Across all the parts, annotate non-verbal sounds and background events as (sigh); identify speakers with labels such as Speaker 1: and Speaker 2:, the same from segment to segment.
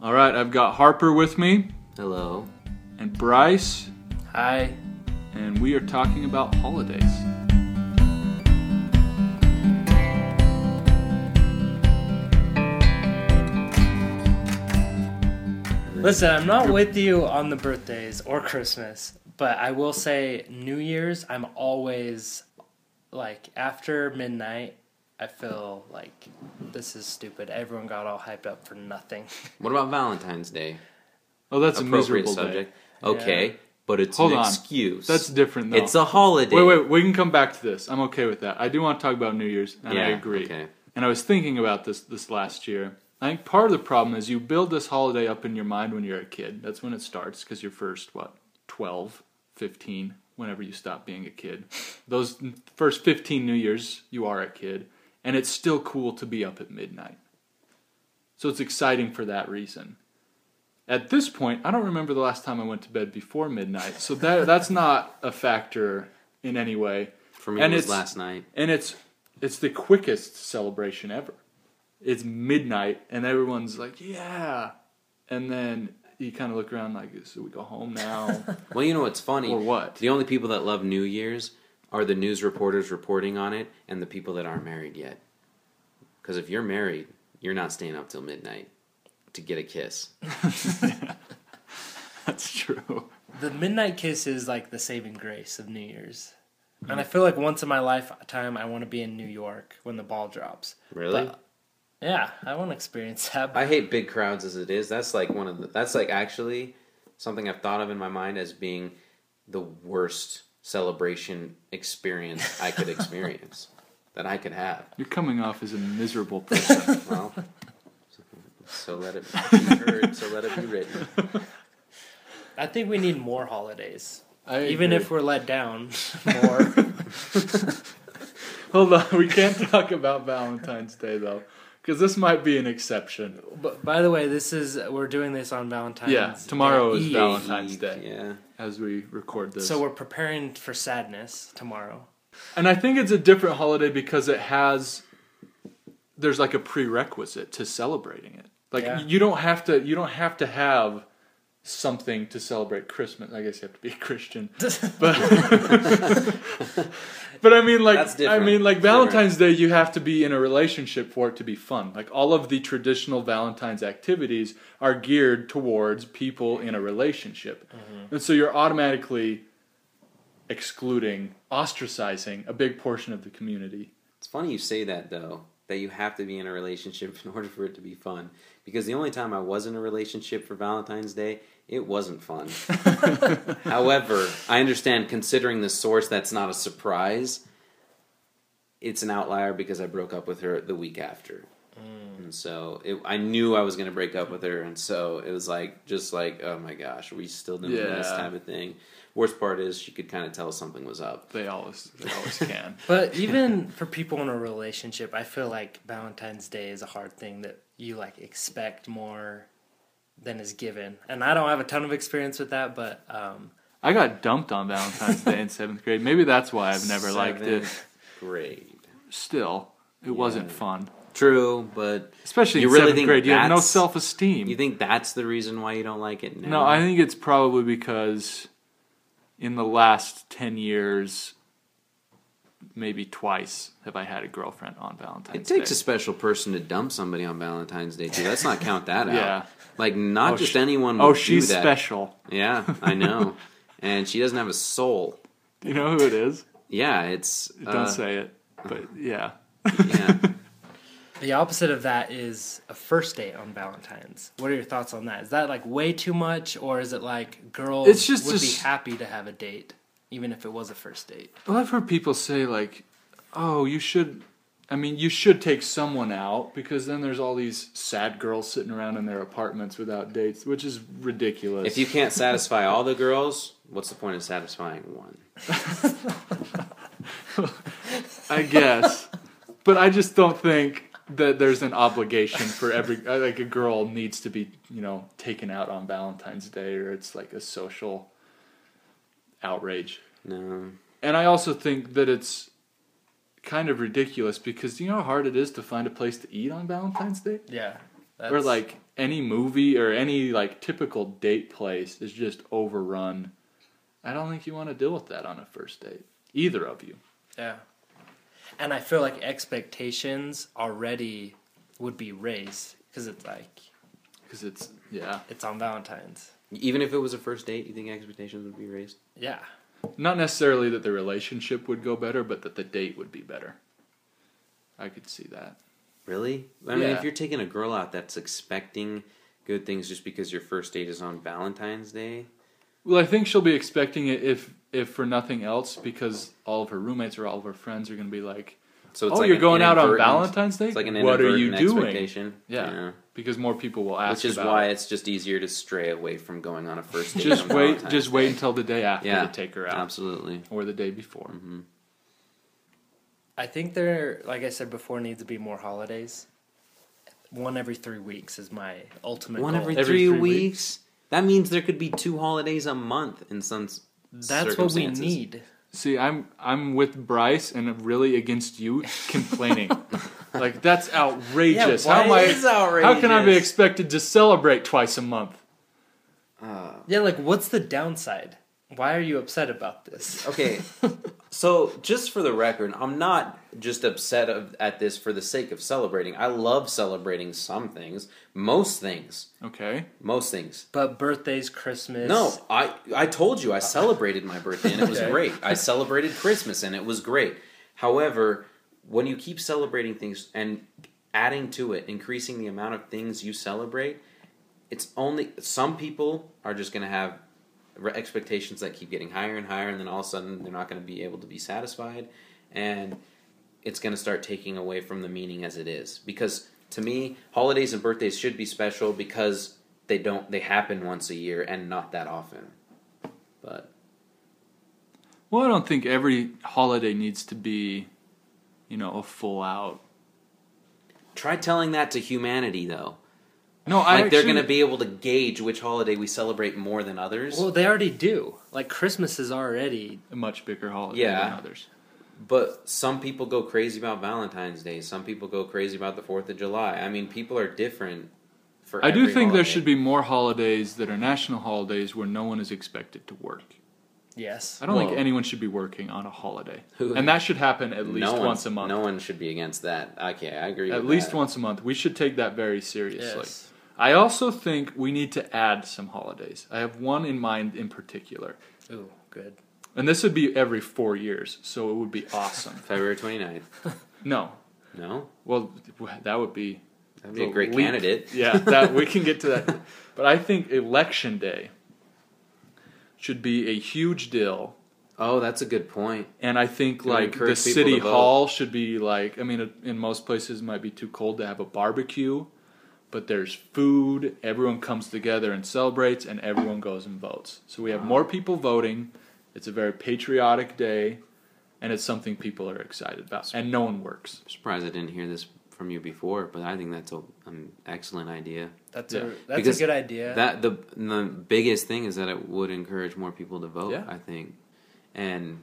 Speaker 1: All right, I've got Harper with me
Speaker 2: Hello.
Speaker 1: and Bryce,
Speaker 3: Hi.
Speaker 1: and we are talking about holidays.
Speaker 3: Listen, I'm not with you on the birthdays or Christmas, but I will say New Year's, I'm always like after midnight, I feel like this is stupid. Everyone got all hyped up for nothing. (laughs)
Speaker 2: What about Valentine's Day?
Speaker 1: Oh, that's a
Speaker 2: Appropriate
Speaker 1: miserable
Speaker 2: subject.
Speaker 1: subject.
Speaker 2: Okay, but it's
Speaker 1: Hold
Speaker 2: an
Speaker 1: on.
Speaker 2: excuse.
Speaker 1: That's different though.
Speaker 2: It's a holiday.
Speaker 1: wait, wait. We can come back to this. I'm okay with that. I do want to talk about New Year's, and
Speaker 2: Yeah,
Speaker 1: I agree.
Speaker 2: okay.
Speaker 1: And I was thinking about this this last year. I think part of the problem is you build this holiday up in your mind when you're a kid. That's when it starts because you're first what 12, 15, whenever you stop being a kid. Those first 15 New Years, you are a kid, and it's still cool to be up at midnight. So it's exciting for that reason. At this point, I don't remember the last time I went to bed before midnight, so that that's not a factor in any way.
Speaker 2: For me,
Speaker 1: And
Speaker 2: it was
Speaker 1: it's-
Speaker 2: last night.
Speaker 1: And it's it's the quickest celebration ever. It's midnight, and everyone's like, "Yeah," and then you kind of look around like, "So we go home now?"
Speaker 2: Well, you know what's funny?
Speaker 1: Or what?
Speaker 2: The only people that love New Year's are the news reporters reporting on it and the people that aren't married yet. Because if you're married, you're not staying up till midnight to get a kiss.
Speaker 1: That's true.
Speaker 3: The midnight kiss is like the saving grace of New Year's. And I feel like once in my lifetime I want to be in New York when the ball drops.
Speaker 2: Really?
Speaker 3: But- yeah, I want to experience that.
Speaker 2: I hate big crowds as it is. That's like one of the. That's like actually something I've thought of in my mind as being the worst celebration experience I
Speaker 1: (laughs)
Speaker 2: could experience that I could have.
Speaker 1: You're coming off as a miserable person. (laughs)
Speaker 2: Well, so let it be heard. So let it be written.
Speaker 3: I think we need more holidays.
Speaker 1: I
Speaker 3: Even
Speaker 1: agree.
Speaker 3: if we're let down (laughs) more.
Speaker 1: hold on, (laughs) we can't talk about Valentine's Day though, because this might be an exception.
Speaker 3: But by the way, this is we're doing this on Valentine's.
Speaker 1: Yeah, tomorrow is
Speaker 3: Eve.
Speaker 1: Valentine's Day
Speaker 2: Yeah.
Speaker 1: as we record this.
Speaker 3: So we're preparing for sadness tomorrow. (laughs)
Speaker 1: And I think it's a different holiday because it has there's like a prerequisite to celebrating it. Like
Speaker 3: Yeah.
Speaker 1: you don't have to you don't have to have something to celebrate Christmas. I guess you have to be a Christian. But (laughs) But I mean like
Speaker 2: That's
Speaker 1: I
Speaker 2: different.
Speaker 1: mean like
Speaker 2: It's different.
Speaker 1: Valentine's Day you have to be in a relationship for it to be fun. Like all of the traditional Valentine's activities are geared towards people in a relationship.
Speaker 2: Mm-hmm.
Speaker 1: And so you're automatically excluding, ostracizing a big portion of the community.
Speaker 2: It's funny you say that though, that you have to be in a relationship (laughs) in order for it to be fun. Because the only time I was in a relationship for Valentine's Day, it
Speaker 1: (laughs)
Speaker 2: wasn't fun. However, I understand considering the source that's not a surprise. It's an outlier because I broke up with her the week after.
Speaker 1: Mm.
Speaker 2: And so it, I knew I was going to break up with her, and so it was like just like, oh my gosh, are we still doing this
Speaker 1: Yeah.
Speaker 2: type of thing? Worst part is she could kind of tell something was up.
Speaker 1: They always, they
Speaker 2: (laughs)
Speaker 1: always can.
Speaker 3: But even for people in a relationship, I feel like Valentine's Day is a hard thing that you like expect more than is given. And I don't have a ton of experience with that, but um,
Speaker 1: I got dumped on Valentine's Day in seventh grade. Maybe that's why I've never liked it.
Speaker 2: Seventh Grade.
Speaker 1: Still, it wasn't fun.
Speaker 2: True, but
Speaker 1: Especially
Speaker 2: You
Speaker 1: in
Speaker 2: really
Speaker 1: seventh
Speaker 2: think
Speaker 1: grade, you have no
Speaker 2: that's-
Speaker 1: self esteem.
Speaker 2: you think that's the reason why you don't like it now?
Speaker 1: No, I think it's probably because in the last 10 years, maybe twice have I had a girlfriend on
Speaker 2: it
Speaker 1: Valentine's Day.
Speaker 2: takes a special person to dump somebody on Valentine's Day too. Let's not count that
Speaker 1: (laughs)
Speaker 2: out.
Speaker 1: Yeah.
Speaker 2: Like not
Speaker 1: Oh,
Speaker 2: just
Speaker 1: she-
Speaker 2: anyone. Would
Speaker 1: Oh, she's
Speaker 2: do that.
Speaker 1: special.
Speaker 2: Yeah, I
Speaker 1: (laughs)
Speaker 2: know. and she doesn't have a soul.
Speaker 1: Do You know who it is?
Speaker 2: Yeah, it's
Speaker 1: Don't
Speaker 2: uh,
Speaker 1: say it. But yeah.
Speaker 2: yeah.
Speaker 3: the opposite of that is a first date on Valentine's. What are your thoughts on that? Is that like way too much, or is it like girls
Speaker 1: It's just-
Speaker 3: would
Speaker 1: just-
Speaker 3: be happy to have a date, even if it was a first date?
Speaker 1: Well, I've heard people say like, "Oh, you should." I mean, you should take someone out because then there's all these sad girls sitting around in their apartments without dates, which is ridiculous.
Speaker 2: If you can't satisfy all the girls, what's the point of satisfying one?
Speaker 1: I guess, but I just don't think that there's an obligation for every uh, like a girl needs to be you know taken out on Valentine's Day or it's like a social outrage.
Speaker 2: No.
Speaker 1: And I also think that it's kind of ridiculous because do you know how hard it is to find a place to eat on Valentine's Day?
Speaker 3: Yeah.
Speaker 1: or
Speaker 3: That's-
Speaker 1: like any movie or any like typical date place is just overrun. I don't think you want to deal with that on a first date. Either of you.
Speaker 3: Yeah. And I feel like expectations already would be raised because it's like
Speaker 1: Because it's, yeah.
Speaker 3: it's on Valentine's.
Speaker 2: Even if it was a first date, you think expectations would be raised?
Speaker 3: Yeah.
Speaker 1: Not necessarily that the relationship would go better, but that the date would be better. I could see that.
Speaker 2: Really? I mean,
Speaker 1: Yeah.
Speaker 2: if you're taking a girl out that's expecting good things just because your first date is on Valentine's Day,
Speaker 1: Well, I think she'll be expecting it if if for nothing else because all of her roommates or all of her friends are going to be like,
Speaker 2: so it's
Speaker 1: "Oh,
Speaker 2: like
Speaker 1: you're
Speaker 2: an
Speaker 1: going out on
Speaker 2: inadvertent-
Speaker 1: Valentine's Day?
Speaker 2: It's like an
Speaker 1: what are you
Speaker 2: inadvertent
Speaker 1: doing?"
Speaker 2: Expectation.
Speaker 1: Yeah. Because more people will ask
Speaker 2: which is
Speaker 1: about
Speaker 2: why
Speaker 1: it.
Speaker 2: it's just easier to stray away from going on a first date.
Speaker 1: just
Speaker 2: on
Speaker 1: wait
Speaker 2: Valentine's
Speaker 1: just
Speaker 2: Day.
Speaker 1: wait until the day after
Speaker 2: Yeah,
Speaker 1: to take her out
Speaker 2: Absolutely.
Speaker 1: or the day before.
Speaker 2: hmm
Speaker 3: I think there, like I said before, needs to be more holidays. One every three weeks is my ultimate
Speaker 2: One
Speaker 3: goal.
Speaker 2: every,
Speaker 1: oh, Every
Speaker 2: three,
Speaker 1: three
Speaker 2: weeks? That means there could be two holidays a month in some. s-
Speaker 3: That's what we
Speaker 2: circumstances.
Speaker 3: need.
Speaker 1: See, I'm I'm with Bryce and I'm really against you
Speaker 2: (laughs)
Speaker 1: complaining. like that's outrageous.
Speaker 3: Yeah,
Speaker 1: how am
Speaker 3: why
Speaker 1: I
Speaker 3: is
Speaker 1: How can I be expected to celebrate twice a month?
Speaker 2: Uh,
Speaker 3: Yeah, like what's the downside? Why are you upset about this?
Speaker 2: okay, so just for the record, I'm not just upset of, at this for the sake of celebrating. I love celebrating some things, most things,
Speaker 1: Okay.
Speaker 2: most things.
Speaker 3: (laughs) But birthdays, Christmas.
Speaker 2: No, I I told you I celebrated my birthday and it was
Speaker 3: Okay.
Speaker 2: great. I celebrated Christmas and it was great. However, when you keep celebrating things and adding to it, increasing the amount of things you celebrate, it's only some people are just going to have re- expectations that keep getting higher and higher and then all of a sudden they're not going to be able to be satisfied and it's going to start taking away from the meaning as it is because to me holidays and birthdays should be special because they don't they happen once a year and not that often but
Speaker 1: Well, I don't think every holiday needs to be, you know, a full out.
Speaker 2: try telling that to humanity though
Speaker 1: No, I
Speaker 2: like they're
Speaker 1: actually-
Speaker 2: going to be able to gauge which holiday we celebrate more than others
Speaker 3: Well, they already do. Like Christmas is already.
Speaker 1: a much bigger holiday
Speaker 2: Yeah.
Speaker 1: than others.
Speaker 2: But some people go crazy about Valentine's Day. Some people go crazy about the Fourth of July. I mean, people are different. For
Speaker 1: I do
Speaker 2: every
Speaker 1: think there
Speaker 2: holiday.
Speaker 1: should be more holidays that are national holidays where no one is expected to work.
Speaker 3: Yes.
Speaker 1: I don't
Speaker 2: Whoa.
Speaker 1: think anyone should be working on a holiday,
Speaker 2: Who-
Speaker 1: and that should happen at least
Speaker 2: no one-
Speaker 1: once a month.
Speaker 2: No one should be against that. Okay, I agree.
Speaker 1: at
Speaker 2: with
Speaker 1: least
Speaker 2: that.
Speaker 1: once a month. We should take that very seriously.
Speaker 3: Yes.
Speaker 1: I also think we need to add some holidays. I have one in mind in particular,
Speaker 3: Ooh, good.
Speaker 1: and this would be every four years, so it would
Speaker 2: (laughs)
Speaker 1: be awesome.
Speaker 2: February 29th.
Speaker 1: no,
Speaker 2: No,
Speaker 1: well, that would be
Speaker 2: that'd be a
Speaker 1: The
Speaker 2: great
Speaker 1: leap. (laughs)
Speaker 2: candidate.
Speaker 1: Yeah, that we can get to that. But I think election day should be a huge deal.
Speaker 2: (laughs) Oh, that's a good point.
Speaker 1: And I think
Speaker 2: To
Speaker 1: like the
Speaker 2: encourage people
Speaker 1: city
Speaker 2: to vote.
Speaker 1: hall should be like I mean in most places it might be too cold to have a barbecue, but there's food, everyone comes together and celebrates and everyone goes and votes. So we have more people voting. It's a very patriotic day and it's something people are excited about and no one works.
Speaker 2: I'm surprised I didn't hear this from you before, but I think that's a, an excellent idea.
Speaker 3: That's
Speaker 1: Yeah.
Speaker 3: a that's
Speaker 2: Because
Speaker 3: a good idea.
Speaker 2: That the the biggest thing is that it would encourage more people to vote.
Speaker 1: Yeah.
Speaker 2: I think, and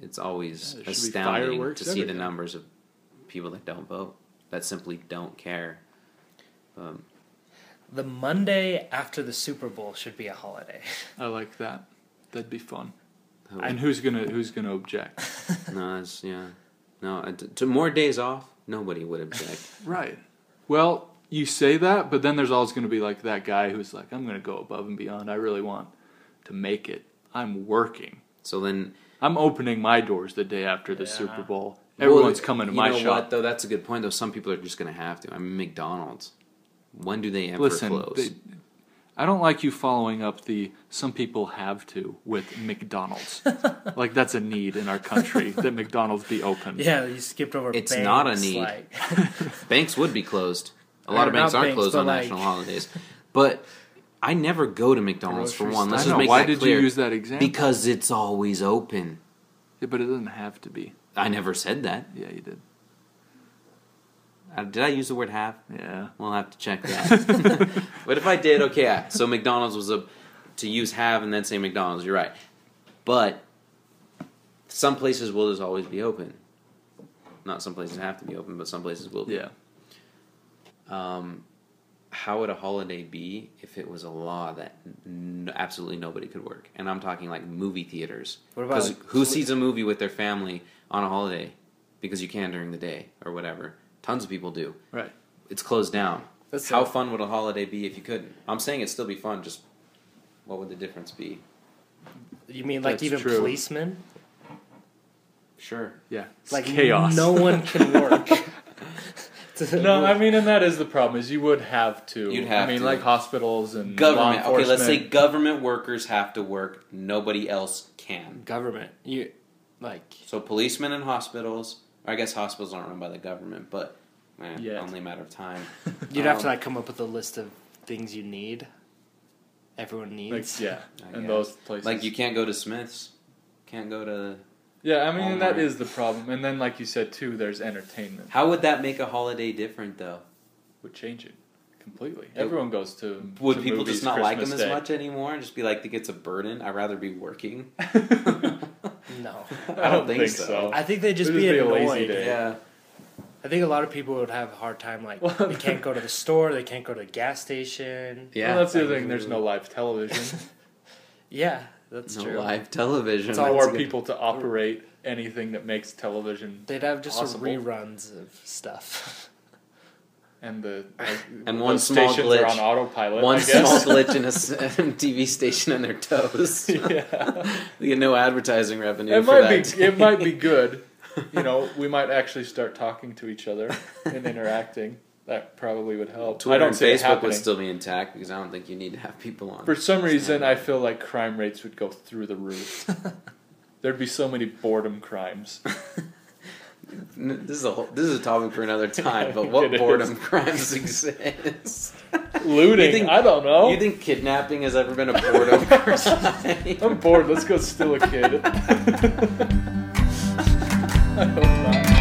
Speaker 2: it's always
Speaker 1: Yeah, there should be
Speaker 2: astounding
Speaker 1: fireworks
Speaker 2: to see the
Speaker 1: everywhere.
Speaker 2: numbers of people that don't vote that simply don't
Speaker 1: (laughs)
Speaker 2: care. Um,
Speaker 3: the Monday after the Super Bowl should be a holiday. (laughs)
Speaker 1: I like that. That'd be fun.
Speaker 2: who-
Speaker 1: And who's going to who's going to object?
Speaker 2: no, that's yeah, no. uh, To, to more days off, nobody
Speaker 1: (laughs)
Speaker 2: would object.
Speaker 1: Right. Well, you say that, but then there's always going to be like that guy who's like, I'm going to go above and beyond. I really want to make it. I'm working.
Speaker 2: so then
Speaker 1: I'm opening my doors the day after the
Speaker 3: Yeah.
Speaker 1: Super Bowl. Everyone's
Speaker 2: Well,
Speaker 1: coming to
Speaker 2: you
Speaker 1: my
Speaker 2: know
Speaker 1: shop.
Speaker 2: What, though that's a good point. Though some people are just going to have to. I mean, McDonald's. When do they ever
Speaker 1: Listen,
Speaker 2: close?
Speaker 1: they, I don't like you following up the some people have to with
Speaker 2: (laughs)
Speaker 1: McDonald's. like that's a need in our country that McDonald's be open.
Speaker 3: Yeah, you skipped over.
Speaker 2: It's
Speaker 3: banks,
Speaker 2: not a need.
Speaker 3: Like,
Speaker 2: banks would be closed. A lot
Speaker 3: Or
Speaker 2: of banks
Speaker 3: not
Speaker 2: are
Speaker 3: banks,
Speaker 2: closed
Speaker 3: but
Speaker 2: on
Speaker 3: like-
Speaker 2: national holidays. But I never go to McDonald's for
Speaker 3: Grocery
Speaker 2: one. Let's
Speaker 1: I
Speaker 2: just
Speaker 1: know.
Speaker 2: make
Speaker 1: Why
Speaker 2: that
Speaker 1: did
Speaker 2: clear.
Speaker 1: you use that example?
Speaker 2: Because it's always open.
Speaker 1: Yeah, but it doesn't have to be.
Speaker 2: I never said that.
Speaker 1: Yeah, you
Speaker 2: (laughs)
Speaker 1: did. (laughs)
Speaker 2: Uh, Did I use the word have?
Speaker 1: Yeah.
Speaker 2: We'll have to check
Speaker 1: (laughs)
Speaker 2: that. but if I did, okay. I- So McDonald's was a to use have and then say McDonald's. You're right. But some places will just always be open. Not some places have to be open, but some places will be.
Speaker 1: Yeah.
Speaker 2: Um, how would a holiday be if it was a law that n- absolutely nobody could work? And I'm talking like movie theaters.
Speaker 3: What about,
Speaker 2: 'Cause
Speaker 3: like,
Speaker 2: who
Speaker 3: poli-
Speaker 2: sees a movie with their family on a holiday because you can during the day or whatever? Tons of people do.
Speaker 1: Right.
Speaker 2: It's closed down.
Speaker 3: That's
Speaker 2: how
Speaker 3: it.
Speaker 2: fun would a holiday be if you couldn't? I'm saying it'd still be fun. Just what would the difference be?
Speaker 3: You mean like
Speaker 1: That's
Speaker 3: even
Speaker 1: true.
Speaker 3: policemen?
Speaker 2: Sure.
Speaker 1: Yeah. It's
Speaker 3: Like
Speaker 1: chaos.
Speaker 3: No (laughs) one can work.
Speaker 1: No, I mean, and that is the problem. Is you would have to.
Speaker 2: You'd have
Speaker 1: I mean,
Speaker 2: to.
Speaker 1: like hospitals and law
Speaker 2: Government. Okay,
Speaker 1: enforcement.
Speaker 2: let's say government workers have to work. Nobody else can.
Speaker 3: government. You like
Speaker 2: So policemen and hospitals. I guess hospitals aren't run by the government, but eh,
Speaker 1: Yet.
Speaker 2: only a matter of time.
Speaker 3: you'd have to
Speaker 2: Um,
Speaker 3: like come up with a list of things you need. Everyone
Speaker 2: (laughs)
Speaker 3: needs.
Speaker 1: Like, yeah,
Speaker 2: I
Speaker 1: and
Speaker 2: guess.
Speaker 1: those places.
Speaker 2: Like you can't go to Smith's, can't go to.
Speaker 1: yeah, I mean, and that
Speaker 2: Walmart.
Speaker 1: is the problem. And then, like you said too, there's entertainment.
Speaker 2: How would that make a holiday different though?
Speaker 1: Would change it completely. Everyone goes to.
Speaker 2: Would
Speaker 1: to
Speaker 2: people
Speaker 1: movies
Speaker 2: just not like them
Speaker 1: Christmas
Speaker 2: as
Speaker 1: (laughs)
Speaker 2: much anymore and just be like, "It's a burden. I'd rather be working." (laughs)
Speaker 1: Day.
Speaker 3: No.
Speaker 2: I
Speaker 1: I don't think so.
Speaker 3: (laughs) I think they'd just
Speaker 1: It'd
Speaker 3: be,
Speaker 1: just be a
Speaker 3: annoyed.
Speaker 1: lazy day.
Speaker 2: Yeah,
Speaker 3: I think a lot of people would have a hard time
Speaker 1: (laughs)
Speaker 3: like
Speaker 1: Well,
Speaker 3: they can't go to the store, they can't go to the gas station.
Speaker 2: yeah.
Speaker 1: well, that's the other thing. There's no live television
Speaker 3: Yeah, that's
Speaker 2: no
Speaker 3: true.
Speaker 2: live
Speaker 3: (laughs)
Speaker 2: television.
Speaker 3: It's all
Speaker 1: or
Speaker 3: good.
Speaker 1: people to operate anything that makes television
Speaker 3: They'd have just
Speaker 1: Possible.
Speaker 3: reruns of stuff. (laughs)
Speaker 1: and the like,
Speaker 2: And
Speaker 1: those
Speaker 2: one small
Speaker 1: stations are
Speaker 2: glitch.
Speaker 1: on autopilot. I
Speaker 2: One
Speaker 1: guess. (laughs)
Speaker 2: small glitch in a s- (laughs) TV station on their toes. (laughs)
Speaker 1: yeah.
Speaker 2: You get no advertising revenue.
Speaker 1: It
Speaker 2: for
Speaker 1: might
Speaker 2: that.
Speaker 1: be. It might be
Speaker 2: (laughs)
Speaker 1: good. You know, we might actually start talking to each other
Speaker 2: (laughs)
Speaker 1: and interacting. That probably would help.
Speaker 2: Oh, Twitter
Speaker 1: I don't
Speaker 2: and
Speaker 1: see it
Speaker 2: Facebook
Speaker 1: happening.
Speaker 2: would still be intact because I don't think you need to have people on.
Speaker 1: For some reason, I feel like crime rates would go through the
Speaker 2: (laughs)
Speaker 1: roof. There'd be so many boredom crimes.
Speaker 2: N- This is a whole, this is a topic for
Speaker 1: (laughs)
Speaker 2: another time. But what
Speaker 1: It is.
Speaker 2: boredom (laughs) crimes exist?
Speaker 1: Looting.
Speaker 2: (laughs) You think-
Speaker 1: I don't know.
Speaker 2: You think kidnapping has ever been a boredom
Speaker 1: (laughs)
Speaker 2: crime? (laughs)
Speaker 1: I'm bored. Let's go steal a kid. I hope not.